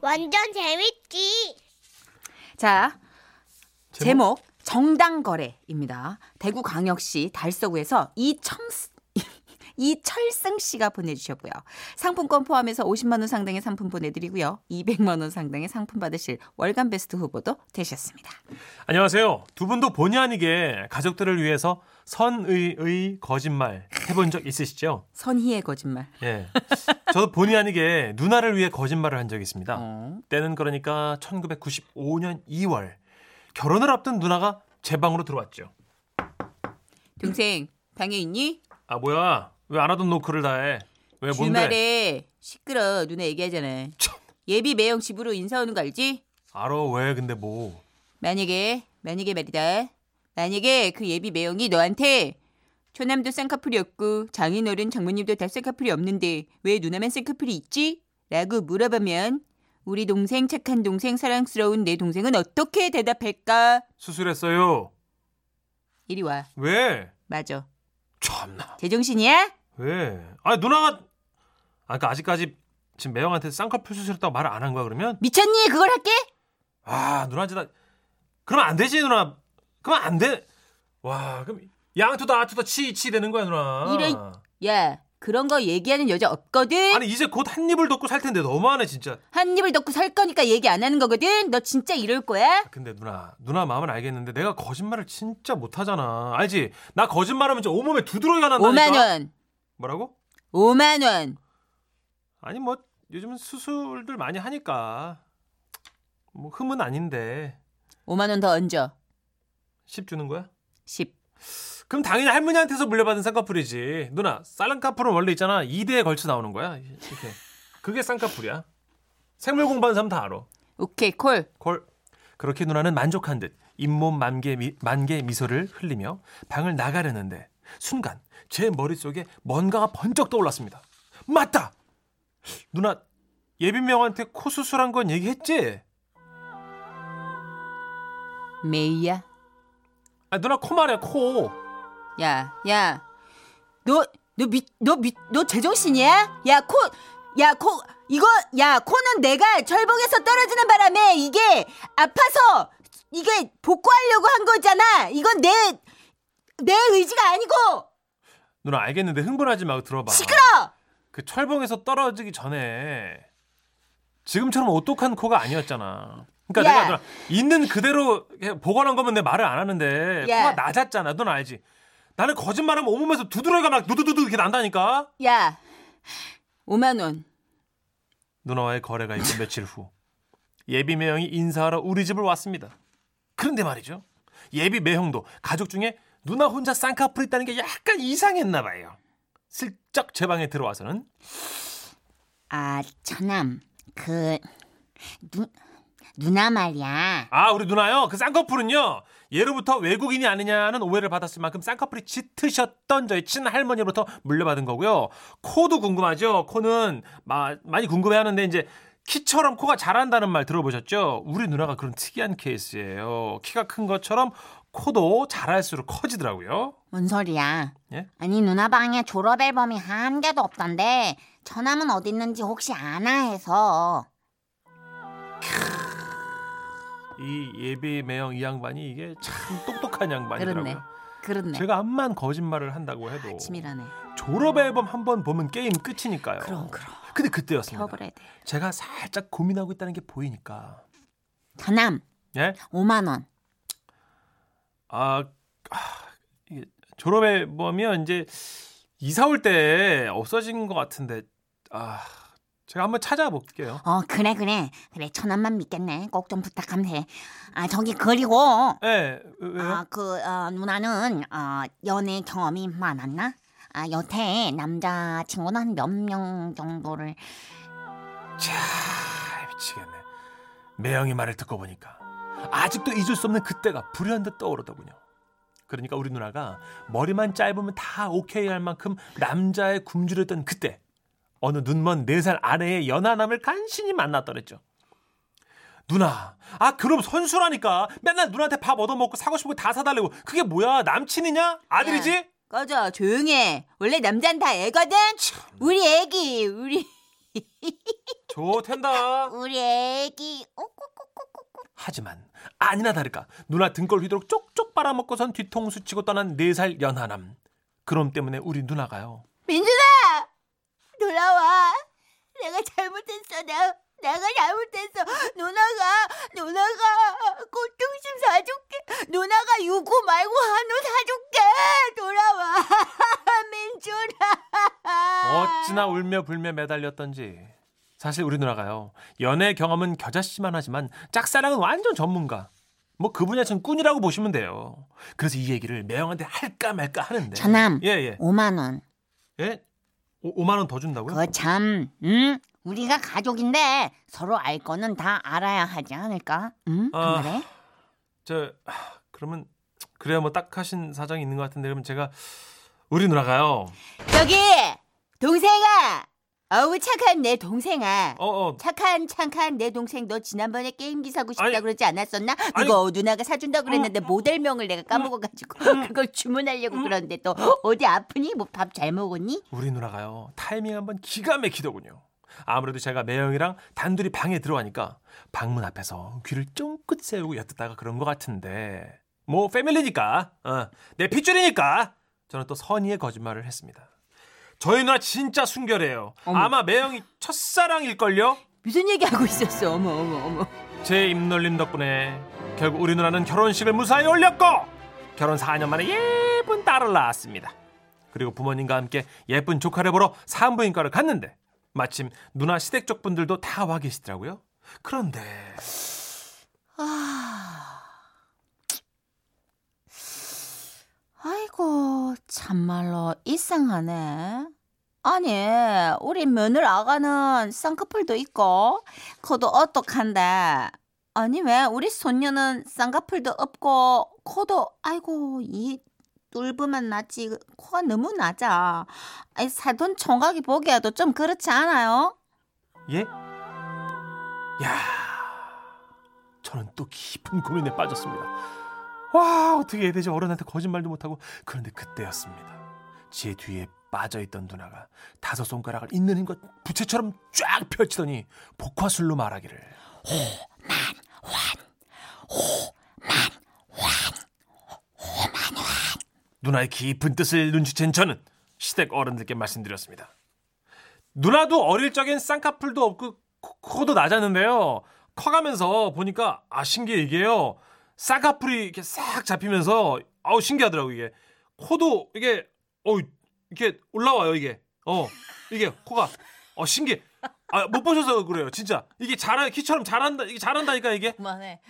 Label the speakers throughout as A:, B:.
A: 완전 재밌지.
B: 자, 제목, 정당거래입니다. 대구광역시 달서구에서 이청 이철승 씨가 보내주셨고요. 상품권 포함해서 50만 원 상당의 상품 보내드리고요. 200만 원 상당의 상품 받으실 월간 베스트 후보도 되셨습니다.
C: 안녕하세요. 두 분도 본의 아니게 가족들을 위해서 선의의 거짓말 해본 적 있으시죠?
B: 선희의 거짓말.
C: 예. 저도 본의 아니게 누나를 위해 거짓말을 한 적이 있습니다.
B: 어.
C: 때는 그러니까 1995년 2월 결혼을 앞둔 누나가 제 방으로 들어왔죠.
B: 동생 방에 있니?
C: 아 뭐야? 왜 안 하던 노크를 다해? 왜 뭔데?
B: 주말에 시끄러 누나 얘기하잖아.
C: 참.
B: 예비 매형 집으로 인사 오는 거 알지?
C: 알아 왜 근데 뭐?
B: 만약에 만약에 말이다. 만약에 그 예비 매형이 너한테 초남도 쌍꺼풀이 없고 장인어른 장모님도 다 쌍꺼풀이 없는데 왜 누나만 쌍꺼풀이 있지? 라고 물어보면 우리 동생 착한 동생 사랑스러운 내 동생은 어떻게 대답할까?
C: 수술했어요.
B: 이리 와.
C: 왜?
B: 맞아.
C: 참나.
B: 제정신이야?
C: 왜? 아 누나가 아까 그러니까 아직까지 지금 매형한테 쌍꺼풀 수술했다고 말을 안 한 거야 그러면?
B: 미쳤니? 그걸 할게?
C: 아 누나한테 나 그러면 안 되지 누나. 그러면 안 돼. 와 그럼 양투다 아투다 치치 되는 거야 누나.
B: 이런- 야, 그런 거 얘기하는 여자 없거든.
C: 아니 이제 곧 한 입을 덮고 살 텐데 너무하네 진짜.
B: 한 입을 덮고 살 거니까 얘기 안 하는 거거든. 너 진짜 이럴 거야?
C: 아, 근데 누나 누나 마음은 알겠는데 내가 거짓말을 진짜 못하잖아 알지? 나 거짓말하면 진짜 온몸에 두드러기가 난다니까
B: 5만 원.
C: 뭐라고?
B: 5만 원.
C: 아니 뭐 요즘은 수술들 많이 하니까 뭐 흠은 아닌데
B: 5만 원 더 얹어.
C: 10 주는 거야?
B: 10.
C: 그럼 당연히 할머니한테서 물려받은 쌍꺼풀이지 누나 쌍꺼풀은 원래 있잖아 2대에 걸쳐 나오는 거야 이렇게 그게 쌍꺼풀이야 생물 공부하는 사람 다 알아
B: 오케이, 콜.
C: 콜. 그렇게 누나는 만족한 듯 잇몸 만개, 미, 만개 미소를 흘리며 방을 나가려는데 순간 제 머릿속에 뭔가가 번쩍 떠올랐습니다. 맞다. 누나 예빈명한테 코 수술한 건 얘기했지?
B: 메이야.
C: 아 누나 코 말이야 코.
B: 야, 야. 너, 너 미, 너 미, 너 제정신이야? 야, 코, 야, 코, 이거, 야, 코는 내가 철봉에서 떨어지는 바람에 이게 아파서 이게 복구하려고 한 거잖아. 이건 내, 내 의지가 아니고
C: 누나 알겠는데 흥분하지 말고 들어봐.
B: 시끄러.
C: 그 철봉에서 떨어지기 전에 지금처럼 오똑한 코가 아니었잖아. 그러니까
B: 야.
C: 내가 누나 있는 그대로 보관한 거면 내 말을 안 하는데
B: 야.
C: 코가 낮았잖아. 넌 알지? 나는 거짓말하면 온몸에서 두드러기가 막 누두두두 이렇게 난다니까.
B: 야, 5만 원.
C: 누나와의 거래가 있고 며칠 후 예비 매형이 인사하러 우리 집을 왔습니다. 그런데 말이죠. 예비 매형도 가족 중에 누나 혼자 쌍꺼풀 있다는 게 약간 이상했나 봐요. 슬쩍 제 방에 들어와서는
D: 아, 처남, 그, 누, 누나 말이야.
C: 아 우리 누나요 그 쌍꺼풀은요 예로부터 외국인이 아니냐는 오해를 받았을 만큼 쌍꺼풀이 짙으셨던 저희 친할머니로부터 물려받은 거고요 코도 궁금하죠 코는 마- 많이 궁금해하는데 이제 키처럼 코가 자란다는 말 들어보셨죠 우리 누나가 그런 특이한 케이스예요 키가 큰 것처럼 코도 자랄수록 커지더라고요
D: 뭔 소리야?
C: 예?
D: 아니, 누나 방에 졸업 앨범이 한 개도 없던데, 처남은 어디 있는지 혹시 아나 해서.
C: 이 예비 매형 이 양반이 이게 참 똑똑한 양반이더라고요
B: 그렇네. 그렇네. 아,
C: 제가 암만 거짓말을 한다고 해도
B: 치밀하네.
C: 졸업 앨범 한 번 보면 게임 끝이니까요
B: 그럼, 그럼.
C: 근데 그때였습니다.
B: 펴버려야 돼.
C: 제가 살짝 고민하고 있다는 게 보이니까.
D: 처남,
C: 예?
D: 5만원.
C: 아, 아, 이게 졸업 앨범이요. 이제 이사 올 때 없어진 것 같은데. 아, 제가 한번 찾아볼게요.
D: 어, 그래, 그래. 그래, 처남만 믿겠네. 꼭 좀 부탁하면 돼. 아, 저기, 그리고,
C: 예. 왜요?
D: 아, 그, 어, 누나는, 어, 연애 경험이 많았나? 아, 여태 남자친구는 한 몇 명 정도를.
C: 자, 미치겠네. 매형이 말을 듣고 보니까 아직도 잊을 수 없는 그때가 불현듯 떠오르더군요. 그러니까 우리 누나가 머리만 짧으면 다 오케이 할 만큼 남자의 굶주렸던 그때 어느 눈먼 네 살 아내의 연하남을 간신히 만났더랬죠. 누나, 아 그럼 선수라니까 맨날 누나한테 밥 얻어먹고 사고 싶은 거 다 사달라고 그게 뭐야 남친이냐 아들이지?
A: 네.
B: 꺼져, 조용해. 원래 남잔 다 애거든. 우리 애기, 우리
A: 좋텐다.
D: 우리 애기 어, 오꾸꾸꾸꾸
C: 하지만 아니나 다를까 누나 등골 휘도록 쪽쪽 빨아먹고선 뒤통수 치고 떠난 네 살 연하남. 그놈 때문에 우리 누나가요.
B: 민준아 돌아와 내가 잘못했어 나, 내가 잘못했어 누나가 누나가 꽃등심 사줄게 누나가 유고 말고 한우 사줄게 돌아와 민준아
C: 어찌나 울며 불며 매달렸던지. 사실 우리 누나가요. 연애 경험은 겨자씨만 하지만 짝사랑은 완전 전문가. 뭐 그 분야는 꾼이라고 보시면 돼요. 그래서 이 얘기를 매형한테 할까 말까 하는데.
D: 전함.
C: 예, 예.
D: 5만 원.
C: 예? 오, 5만 원 더 준다고요?
D: 그거 참, 음, 우리가 가족인데 서로 알 거는 다 알아야 하지 않을까? 음, 안
C: 아.
D: 그래?
C: 저 하, 그러면 그래야 뭐 딱 하신 사정이 있는 것 같은데 그럼 제가 우리 누나가요.
B: 저기 동생아 어우 착한 내 동생아
C: 어, 어.
B: 착한 착한 내 동생 너 지난번에 게임기 사고 싶다
C: 아니,
B: 그러지 않았었나?
C: 아니. 어.
B: 그거 누나가 사준다 그랬는데 모델명을 내가 까먹어가지고 그걸 주문하려고 그러는데 너 어디 아프니? 뭐 밥 잘 먹었니?
C: 우리 누나가요. 타이밍 한번 기가 막히더군요. 아무래도 제가 매형이랑 단둘이 방에 들어가니까 방문 앞에서 귀를 쫑긋 세우고 엿듣다가 그런 것 같은데 뭐 패밀리니까 어, 내 핏줄이니까 저는 또 선의의 거짓말을 했습니다. 저희 누나 진짜 순결해요. 아마 매형이 첫사랑일걸요?
B: 무슨 얘기하고 있었어? 어머 어머 어머
C: 제 입놀림 덕분에 결국 우리 누나는 결혼식을 무사히 올렸고 결혼 4년 만에 예쁜 딸을 낳았습니다. 그리고 부모님과 함께 예쁜 조카를 보러 산부인과를 갔는데 마침 누나 시댁쪽 분들도 다 와 계시더라고요. 그런데
B: 아이고 참말로 이상하네 아니 우리 며느 아가는 쌍꺼풀도 있고 코도 어떡한데 아니 왜 우리 손녀는 쌍꺼풀도 없고 코도 아이고 이 뚫으면 낫지 코가 너무 낮아 아이 살던 총각이 보기에도 좀 그렇지 않아요?
C: 예? 야, 저는 또 깊은 고민에 빠졌습니다. 와, 어떻게 해야 되지? 어른한테 거짓말도 못하고 그런데 그때였습니다. 제 뒤에 빠져있던 누나가 다섯 손가락을 있는 힘과 부채처럼 쫙 펼치더니 복화술로 말하기를 누나의 깊은 뜻을 눈치챈 저는 시댁 어른들께 말씀드렸습니다. 누나도 어릴 적엔 쌍꺼풀도 없고 코- 코도 낮았는데요. 커가면서 보니까 아 신기해 이게요. 쌍꺼풀이 이렇게 싹 잡히면서 아우 신기하더라고 이게 코도 이게 어 이렇게 올라와요 이게 어 이게 코가 어 신기해 아 못 보셔서 그래요 진짜 이게 잘한 키처럼 잘한다 이게 잘한다니까 이게
B: 그만해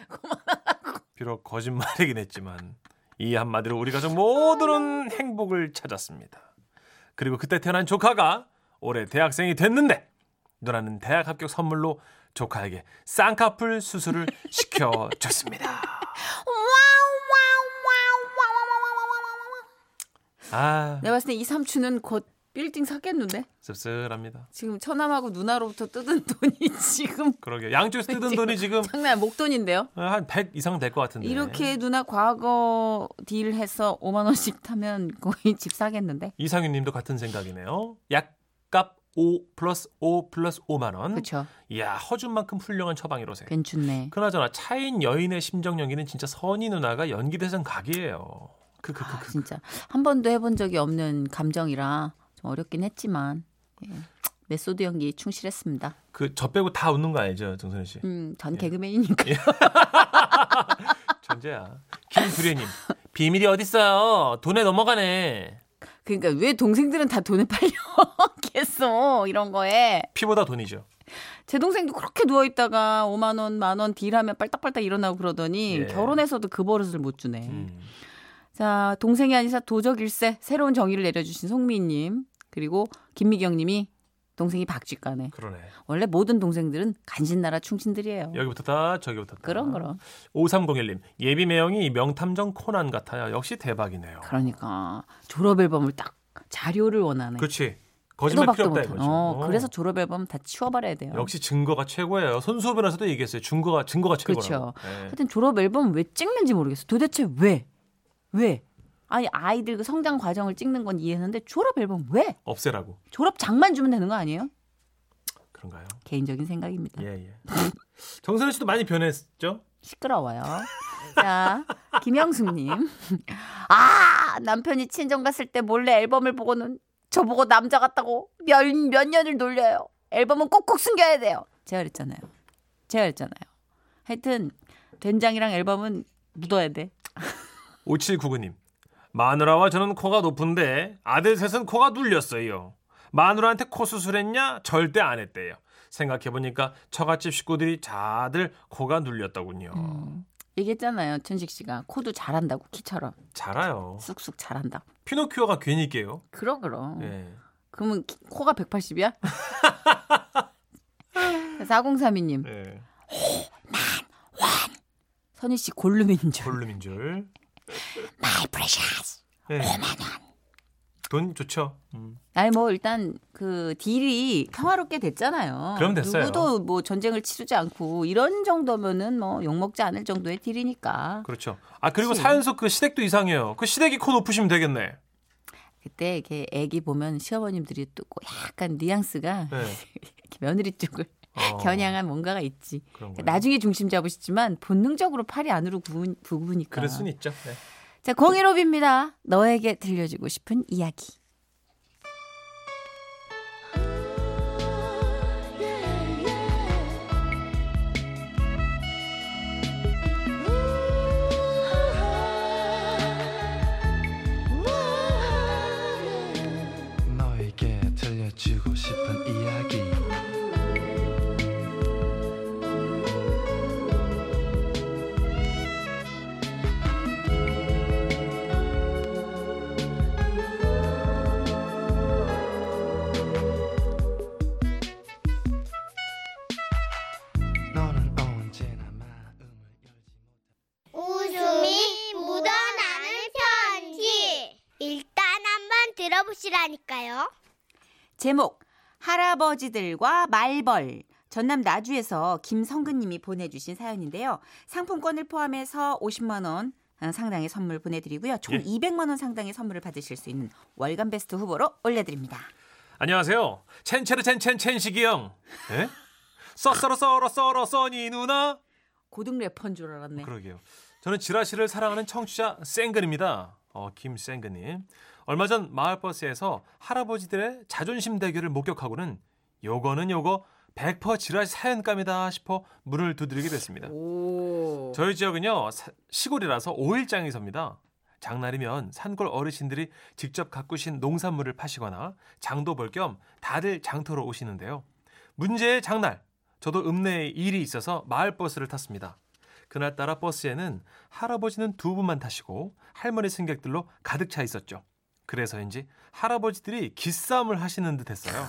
C: 비록 거짓말이긴 했지만 이 한마디로 우리 가족 모두는 행복을 찾았습니다. 그리고 그때 태어난 조카가 올해 대학생이 됐는데 누나는 대학 합격 선물로 조카에게 쌍꺼풀 수술을 시켜줬습니다. 아
E: 내가 봤을 때 이 삼촌은 곧 빌딩 사겠는데
C: 씁쓸합니다.
E: 지금 처남하고 누나로부터 뜯은 돈이 지금
C: 그러게요. 양쪽에서 뜯은 돈이 지금
E: 장난 목돈인데요.
C: 한 100 이상 될 것 같은데
E: 이렇게 누나 과거 딜해서 5만 원씩 타면 거의 집 사겠는데.
C: 이상윤님도 같은 생각이네요. 약값 5 플러스 5 플러스 5만 원.
E: 그렇죠.
C: 이야 허준 만큼 훌륭한 처방이로세.
E: 괜찮네.
C: 그나저나 차인 여인의 심정 연기는 진짜 선희 누나가 연기 대상 각이에요. 크크크크.
E: 아, 진짜 한 번도 해본 적이 없는 감정이라 좀 어렵긴 했지만 예. 메소드 연기 충실했습니다.
C: 그저 빼고 다 웃는 거 알죠, 정선희 씨?
E: 음, 전 개그맨이니까.
C: 전제야. 김두례님 비밀이 어딨어요? 돈에 넘어가네.
E: 그러니까 왜 동생들은 다 돈을 팔려 계속 이런 거에
C: 피보다 돈이죠.
E: 제 동생도 그렇게 누워 있다가 5만 원, 만 원 딜하면 빨딱빨딱 일어나고 그러더니
C: 예.
E: 결혼해서도 그 버릇을 못 주네.
C: 음.
E: 자, 동생이 아니라 도적일세 새로운 정의를 내려주신 송미님 그리고 김미경님이 동생이 박쥐가네.
C: 그러네.
E: 원래 모든 동생들은 간신나라 충신들이에요.
C: 여기부터 다 저기부터 다.
E: 그런 그런.
C: 5301님 예비 매형이 명탐정 코난 같아요. 역시 대박이네요.
E: 그러니까 졸업 앨범을 딱 자료를 원하네.
C: 그렇지. 거짓말 필요
E: 태도밖에
C: 없다
E: 못하네.
C: 이거죠.
E: 어,
C: 어.
E: 그래서 졸업 앨범 다 치워버려야 돼요.
C: 역시 증거가 최고예요. 손수호변에서도 얘기했어요. 증거가 증거가 최고라고.
E: 그렇죠.
C: 네.
E: 하여튼 졸업 앨범 왜 찍는지 모르겠어. 도대체 왜? 왜? 아니 아이들 그 성장 과정을 찍는 건 이해했는데 졸업 앨범 왜?
C: 없애라고.
E: 졸업 장만 주면 되는 거 아니에요?
C: 그런가요?
B: 개인적인 생각입니다.
C: 예, 예. 정선우 씨도 많이 변했죠?
B: 시끄러워요. 자, 김영숙님. 아, 남편이 친정 갔을 때 몰래 앨범을 보고는 저보고 남자 같다고 몇, 몇 년을 놀려요. 앨범은 꼭꼭 숨겨야 돼요. 제가 그랬잖아요. 제가 그랬잖아요. 하여튼, 된장이랑 앨범은 묻어야 돼.
C: 5799님. 마누라와 저는 코가 높은데 아들 셋은 코가 눌렸어요. 마누라한테 코 수술했냐? 절대 안 했대요. 생각해보니까 처갓집 식구들이 다들 코가 눌렸더군요.
B: 음. 얘기했잖아요. 천식 씨가. 코도 잘한다고, 키처럼.
C: 잘아요.
B: 쑥쑥 잘한다고.
C: 피노키오가 괜히 깨요.
B: 그럼, 그럼.
C: 예.
B: 그러면 키- 코가 180이야? 4032님.
C: 예.
B: 선희 씨 골룸인 줄.
C: 볼륨인 줄.
F: My precious.
C: 예. 돈 좋죠. 음.
B: 아니 뭐 일단 그 딜이 평화롭게 됐잖아요.
C: 그럼 됐어요.
B: 누구도 뭐 전쟁을 치르지 않고 이런 정도면은 뭐 욕먹지 않을 정도의 딜이니까.
C: 그렇죠. 아 그리고
B: 그치.
C: 사연 속 그 시댁도 이상해요. 그 시댁이 코 높으시면 되겠네.
B: 그때 이렇게 애기 보면 시어머님들이 또 약간 뉘앙스가
C: 예.
B: 이렇게 며느리 쪽을
C: 어,
B: 겨냥한 뭔가가 있지.
C: 그런 거예요.
B: 나중에 중심 잡으시지만 본능적으로 팔이 안으로 구은- 구부니까.
C: 그럴 수는 있죠. 네.
B: 자, 공일오비입니다. 너에게 들려주고 싶은 이야기.
A: 너에게 들려주고 싶은 이야기 너는 언제나 마음을 열지 못
G: 웃음이 묻어나는 편지. 일단 한번 들어보시라니까요.
H: 제목 할아버지들과 말벌 전남 나주에서 김성근님이 보내주신 사연인데요. 상품권을 포함해서 50만 원 어, 상당의 선물 보내드리고요. 총
C: 예.
H: 200만 원 상당의 선물을 받으실 수 있는 월간 베스트 후보로 올려드립니다.
C: 안녕하세요. 첸체르 첸첸 첸식이 형. 예? 써써러 써러 써러 써니 누나.
B: 고등 래퍼인 줄 알았네.
C: 어, 그러게요. 저는 지라시를 사랑하는 청취자 생근입니다. 어, 김생근님. 얼마 전 마을버스에서 할아버지들의 자존심 대결을 목격하고는 요거는 요거 100% 지라시 사연감이다 싶어 문을 두드리게 됐습니다.
B: 오.
C: 저희 지역은요 사- 시골이라서 5일장이 섭니다. 장날이면 산골 어르신들이 직접 가꾸신 농산물을 파시거나 장도 볼 겸 다들 장터로 오시는데요. 문제의 장날 저도 읍내에 일이 있어서 마을 버스를 탔습니다. 그날따라 버스에는 할아버지는 두 분만 타시고 할머니 승객들로 가득 차 있었죠. 그래서인지 할아버지들이 기싸움을 하시는 듯했어요.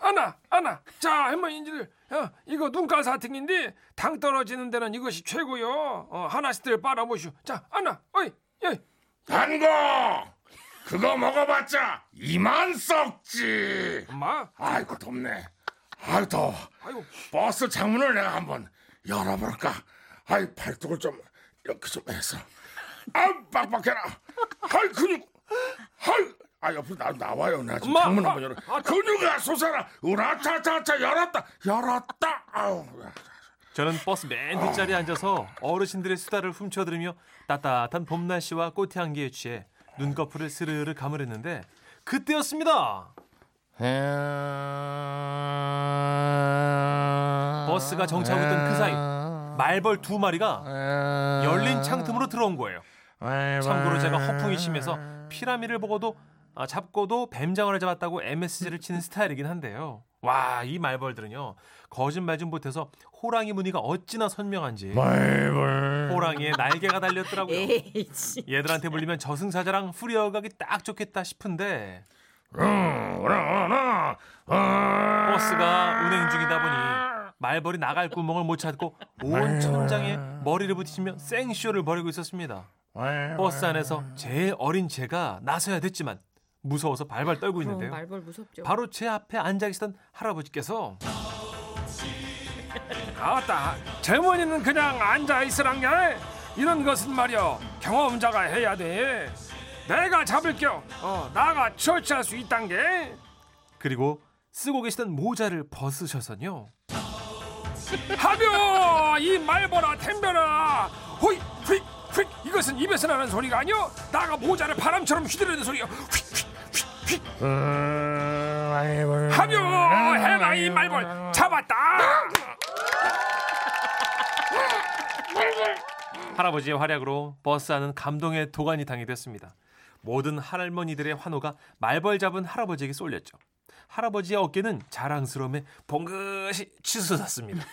I: 아나 아나 자 할머니들 어, 이거 눈깔 사탕인데 당 떨어지는 데는 이것이 최고요 어, 하나씩들 빨아보시오 자 아나 어이 예, 어이
J: 단거 그거 먹어봤자 이만 썩지
I: 엄마
J: 아이고 덥네 아이고 더워
I: 아이고
J: 버스 창문을 내가 한번 열어볼까 아이 발톱을 좀 이렇게 좀 해서 아 빡빡해라 아이 근육 아이 아 옆으로 나, 나와요 나 지금
I: 엄마,
J: 창문
I: 아,
J: 한번 열어 근육아 솟아라 우라차차차 열었다 열었다 아우
C: 저는 버스 맨 뒷자리에 앉아서 어르신들의 수다를 훔쳐들으며 따뜻한 봄 날씨와 꽃의 향기에 취해 눈꺼풀을 스르르 감으려는데 그때였습니다. 버스가 정차하고 있던 그
J: 아.
C: 사이 말벌 두 마리가 열린 창틈으로 들어온 거예요. 참고로 제가 허풍이 심해서 피라미를 보고도 아, 잡고도 뱀장어를 잡았다고 MSG를 치는 스타일이긴 한데요. 와, 이 말벌들은요. 거짓말 좀 보태서 호랑이 무늬가 어찌나 선명한지 호랑이에 날개가 달렸더라고요.
B: 에이, 진
C: 얘들한테 물리면 저승사자랑 후리어 가기 딱 좋겠다 싶은데
J: 아.
C: 버스가 운행 중이다 보니 말벌이 나갈 구멍을 못 찾고 온 천장에 머리를 부딪히며 생쇼를 벌이고 있었습니다. 버스 안에서 제일 어린 제가 나서야 됐지만 무서워서 발발 떨고 있는데요.
B: 말벌 무섭죠.
C: 바로 제 앞에 앉아 계시던 할아버지께서
I: 아따 젊은이는 그냥 앉아있으랑야 이런 것은 말이여 경험자가 해야 돼 아, 내가 잡을게요 어, 나가 처치할 수 있단 게
C: 그리고 쓰고 계시던 모자를 벗으셔서요.
I: 하벼 이 말보라 템벼라 호이 휙 휙 이것은 입에서 나는 소리가 아니오 나가 모자를 바람처럼 휘두르는 소리요 휙휙휙휙 하벼 해라 이 말벌 잡았다
C: 할아버지의 활약으로 버스 안은 감동의 도가니 당이 됐습니다. 모든 할머니들의 환호가 말벌 잡은 할아버지에게 쏠렸죠. 할아버지의 어깨는 자랑스러움에 봉긋이 치솟았습니다.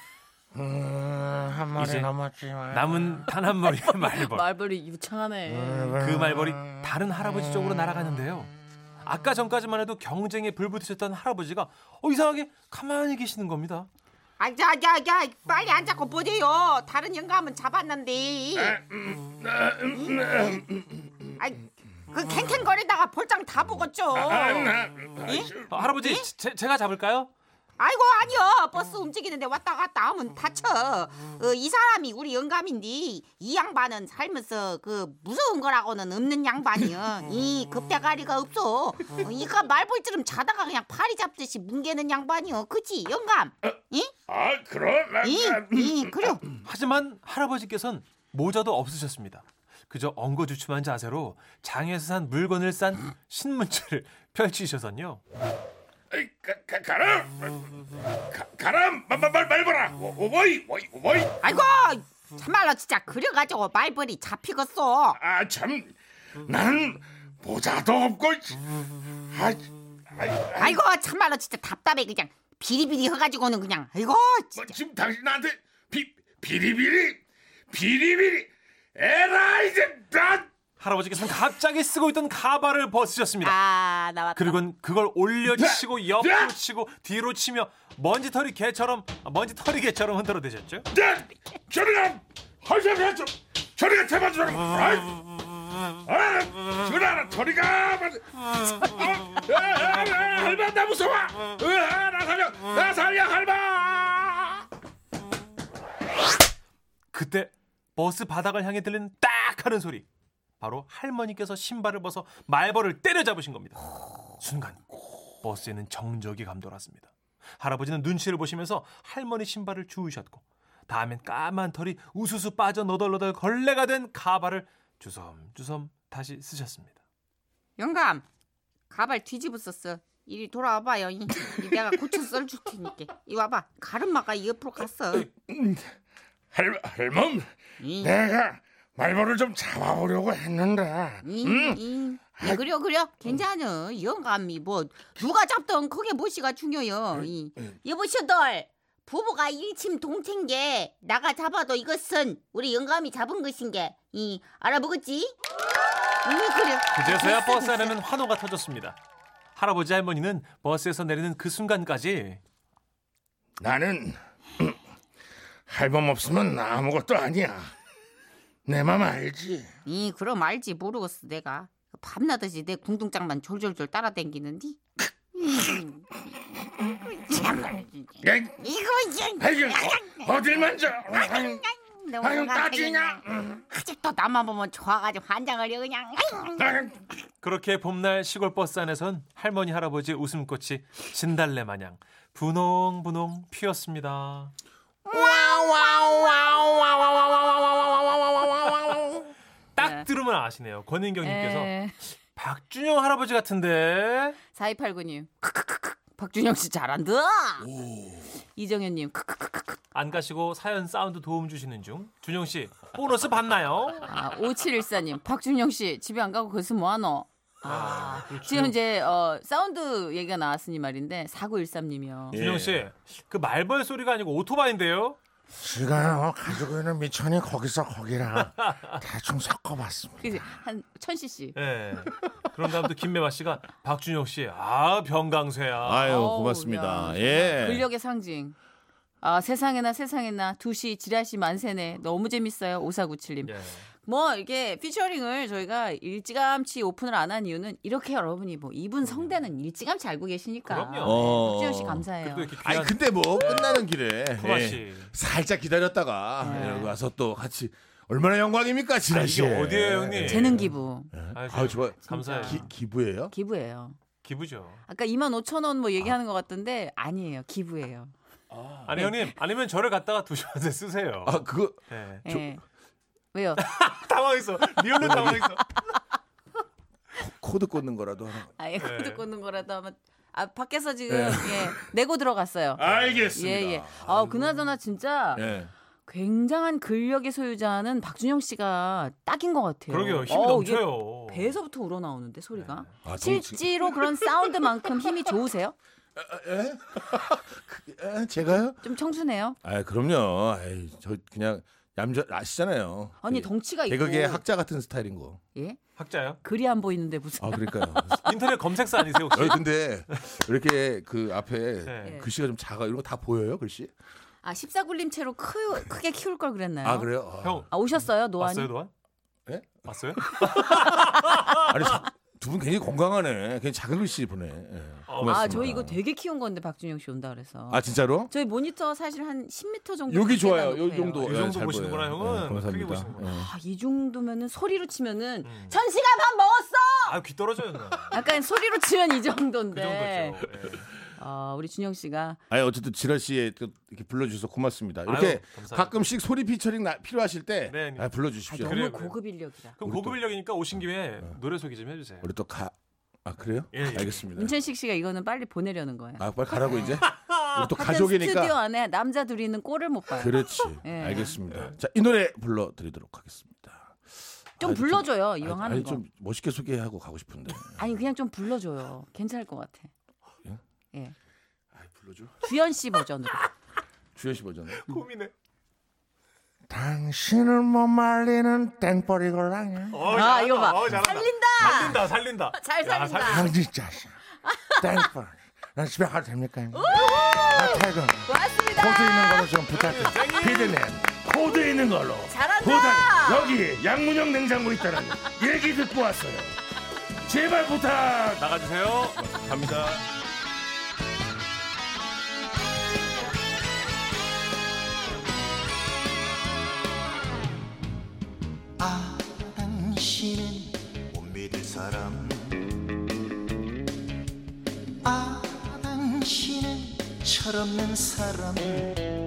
J: 음, 한
C: 이제
J: 마리 남았지만
C: 남은 단 한 마리의 말벌.
E: 말벌이 유창하네.
J: 음,
C: 그 말벌이 다른 할아버지 쪽으로 날아가는데요. 아까 전까지만 해도 경쟁에 불붙으셨던 할아버지가 어, 이상하게 가만히 계시는 겁니다.
B: 아야야야 빨리 안 잡고 보세요. 다른 영감은 잡았는데. 아이, 그 캥캥거리다가 볼장 다 보겠죠.
C: 어, 할아버지,
E: 네?
C: 제, 제가 잡을까요?
B: 아이고 아니요 버스 움직이는데 왔다 갔다 하면 다쳐 어, 이 사람이 우리 영감인데 이 양반은 살면서 그 무서운 거라고는 없는 양반이요 이 급대가리가 없어 어, 이가 말벌처럼 자다가 그냥 파리 잡듯이 뭉개는 양반이요 그치 영감
J: 아 그럼 나- 나-
B: 이이 그래
C: 하지만 할아버지께선 모자도 없으셨습니다. 그저 엉거주춤한 자세로 장에서 산 물건을 싼 신문지를 펼치셔선요.
J: 에이, 가- 가- 가라 가- 가라 말말 말보라 오이 오이 오이
B: 아이고 참말로 진짜 그래가지고 말벌이 잡히겠어
J: 아참 나는 모자도 없고 씨. 아이 아이 아이
B: 아이고 참말로 진짜 답답해 그냥 비리비리 해가지고는 그냥 아이고
J: 뭐
B: 진짜.
J: 지금 당신 나한테 비 비리비리 비리비리 에라 이제 나
C: 할아버지께서는 갑자기 쓰고 있던 가발을 벗으셨습니다.
B: 아 나왔다
C: 그리고는 그걸 올려치고 옆으로 치고 뒤로 치며 먼지털이 개처럼 아, 먼지털이 개처럼 흔들어대셨죠.
J: 야, 네, 저리가 하셔야 좀 저리가 제발 좀 아이 아 저리가 저리가 어, 할바 나 무서워 으아, 나 살려 나 살려 할바
C: 그때 버스 바닥을 향해 들리는 딱 하는 소리. 바로 할머니께서 신발을 벗어 말벌을 때려잡으신 겁니다. 순간 버스에는 정적이 감돌았습니다. 할아버지는 눈치를 보시면서 할머니 신발을 주우셨고 다음엔 까만 털이 우수수 빠져 너덜너덜 걸레가 된 가발을 주섬주섬 다시 쓰셨습니다.
B: 영감 가발 뒤집어 썼어 이리 돌아와봐요 이, 이 내가 고쳐 썰줄 테니까 이 와봐 가르마가 이 옆으로 갔어
J: 할 할멈
B: 이,
J: 내가 말벌을 좀 잡아보려고 했는데
B: 이, 이. 예, 그려 그려 괜찮아 영감이 뭐 누가 잡던 그게 무엇이가 중요해요 이. 여보시들 부부가 일침 동체인게 나가 잡아도 이것은 우리 영감이 잡은 것인게 이 알아보겠지? 이 그래
C: 그제서야 버스 안에는 환호가 터졌습니다. 할아버지 할머니는 버스에서 내리는 그 순간까지
J: 나는 할멈 없으면 아무것도 아니야 내 맘 알지
B: 이 그럼 알지 모르겠어 내가 밤낮없이 내 궁둥장만 졸졸졸 따라댕기는데
J: 에이,
B: 이거
J: 아이고 어, 어딜 만져 아유 따지냐
B: 아직도 나만 보면 좋아가지고 환장을 해 그냥 아유,
J: 아유,
C: 그렇게 봄날 시골 버스 안에선 할머니 할아버지의 웃음꽃이 진달래 마냥 분홍분홍 피었습니다. 딱 들으면 아시네요. 권인경님께서 박준영 할아버지 같은데
E: 4289님. 박준영 씨 잘한다. 이정현님. 크크크크크.
C: 안 가시고 사연 사운드 도움 주시는 중 준영 씨 보너스 받나요?
E: 아, 5714님. 박준영 씨 집에 안 가고 거기서 뭐 하노? 아,
C: 그렇죠.
E: 지금 이제 어, 사운드 얘기가 나왔으니 말인데
K: 예.
E: 4913님이요.
C: 준영 씨 그 말벌 소리가 아니고 오토바이인데요.
J: 제가요 가지고 있는 미천이 거기서 거기랑 대충 섞어봤습니다.
E: 그치? 한 1000cc.
C: 예. 그런 다음 또 김매마 씨가 박준영 씨 아 병강쇠야.
K: 아유
E: 어우,
K: 고맙습니다.
E: 야.
C: 네.
K: 예.
E: 근력의 상징. 아, 세상에나 세상에나 두시 지라시 만세네. 너무 재밌어요. 5497님.
C: 예.
E: 뭐 이게 피처링을 저희가 일찌감치 오픈을 안 한 이유는 이렇게 여러분이 뭐 이분 성대는 일찌감치 알고 계시니까.
C: 그럼요.
K: 어.
E: 박지현 씨
C: 또
E: 감사해요. 네.
C: 이렇게 귀한
K: 아니 근데 뭐 끝나는 길에
C: 토마
K: 예.
C: 씨.
K: 살짝 기다렸다가
E: 네.
K: 여기 와서 또 같이 얼마나 영광입니까 지라
C: 아, 이게
K: 씨.
C: 어디예요, 형님?
E: 재능 기부.
K: 아유, 좋아요.
C: 감사해요.
K: 기, 기부예요?
E: 기부예요.
C: 기부죠.
B: 아까 2만 5천 원 뭐 얘기하는 것 같던데 아니에요. 기부예요.
C: 아니 형님 아니면 저를 갖다가 두시면서 쓰세요.
J: 네. 아 그거
C: 네.
B: 예. 왜요?
C: 당황했어. 리얼로 당황했어.
J: 코드 꽂는 거라도 하나.
B: 아예
C: 네.
B: 코드 꽂는 거라도 하면 아 밖에서 지금 예 내고 들어갔어요.
J: 알겠습니다.
B: 예예. 아 그나저나 진짜
C: 네.
J: 예.
B: 굉장한 근력의 소유자는 박준영 씨가 딱인 것
J: 예.
B: 같아요.
C: 그러게요. 네. 힘이
B: 어우, 이게
C: 넘쳐요.
B: 배에서부터 우러나오는데 소리가.
J: 아, 동-
B: 실제로 그런 사운드만큼 힘이 좋으세요?
J: 예? 그- 예? 제가요?
B: 좀 청순해요.
J: 아 그럼요. 아이, 저 그냥 얌전 아시잖아요.
B: 아니
J: 그
B: 덩치가 있고.
J: 개그계 학자 같은 스타일인 거.
B: 예?
C: 학자요?
B: 글이 안 보이는데 무슨?
J: 아 그러니까요.
C: 인터넷 검색사 아니세요
J: 아니,
C: 혹시?
J: 근데 이렇게 그 앞에
C: 네.
J: 글씨가 좀 작아 이런 거 다 보여요 글씨?
B: 아 십사굴림 채로 크, 크게 키울 걸 그랬나요?
J: 아 그래요? 아.
C: 형
B: 아, 오셨어요
C: 왔어요
B: 노안이?
C: 노안?
J: 예?
C: 왔어요?
J: 아니 두 분 굉장히 건강하네. 그냥 작은 글씨 보내. 예,
C: 어,
J: 고맙습니다.
B: 아 저희 이거 되게 키운 건데 박준영 씨 온다 그래서.
J: 아 진짜로?
B: 저희 모니터 사실 한 10m 정도.
J: 여기
B: 크기가
J: 좋아요. 요
B: 높아요.
J: 정도.
C: 이
J: 예,
C: 정도
J: 잘
C: 보시는구나,
J: 보여요.
C: 형은.
J: 예,
C: 크게
J: 감사합니다.
C: 보시는구나.
J: 예.
B: 아, 이 정도면은 소리로 치면은
C: 음.
B: 전 씨가 밥 먹었어.
C: 아귀 떨어져요 누나.
B: 약간 소리로 치면 이
C: 그
B: 정도인데.
C: 정도죠. 예.
B: 아, 우리 준영 씨가
J: 아니 어쨌든 지라 씨의 또 이렇게 불러주셔서 고맙습니다. 이렇게
C: 아유, 감사합니다.
J: 가끔씩 소리 피처링 나- 필요하실 때
C: 네, 형님.
J: 아,
B: 아,
J: 불러주십시오.
B: 너무
C: 그래요, 그래요.
B: 고급 인력이라.
C: 그럼
J: 우리 또- 어.
C: 고급 인력이니까 오신 김에 노래 소개 좀 해주세요.
J: 우리 또 가. 아 그래요?
C: 예, 예.
J: 알겠습니다.
B: 문천식 씨가 이거는 빨리 보내려는 거예요.
J: 아 빨리 가라고 이제. 우리 또
B: 같은 스튜디오
J: 가족이니까.
B: 안에 남자 둘이는 꼴을 못 봐요.
J: 그렇지.
B: 예.
J: 알겠습니다. 자 이 노래 불러드리도록 하겠습니다.
B: 좀
J: 아니, 좀-
B: 불러줘요 이왕
J: 아니,
B: 하는
J: 아니,
B: 거.
J: 좀 멋있게 소개하고 가고 싶은데.
B: 아니 그냥 좀 불러줘요. 괜찮을 것 같아.
J: 예?
B: 예.
J: 아 불러줘.
B: 주현 씨 버전으로.
J: 주현 씨 버전.
C: 고민해.
J: 당신을 못 말리는 땡벌이 걸랑이.
C: 어,
B: 아,
C: 잘한다.
B: 이거 봐.
C: 어, 잘한다.
B: 살린다.
C: 살린다. 살린다.
B: 아, 잘
J: 아,
C: 야,
B: 살린다.
C: 살-
J: 당신 자식. 땡벌. 난 집에 가도 됩니까? 나 퇴근.
B: 맞습니다.
J: 코드 아, 있는 걸로 좀 부탁해. 피디님, 코드 예, 있는 걸로.
B: 잘한다.
J: 여기 양문형 냉장고 있다는 얘기 듣고 왔어요. 제발 부탁.
C: 나가주세요.
J: 갑니다.
L: 당신은 못 믿을 사람 아 당신은 철없는 사람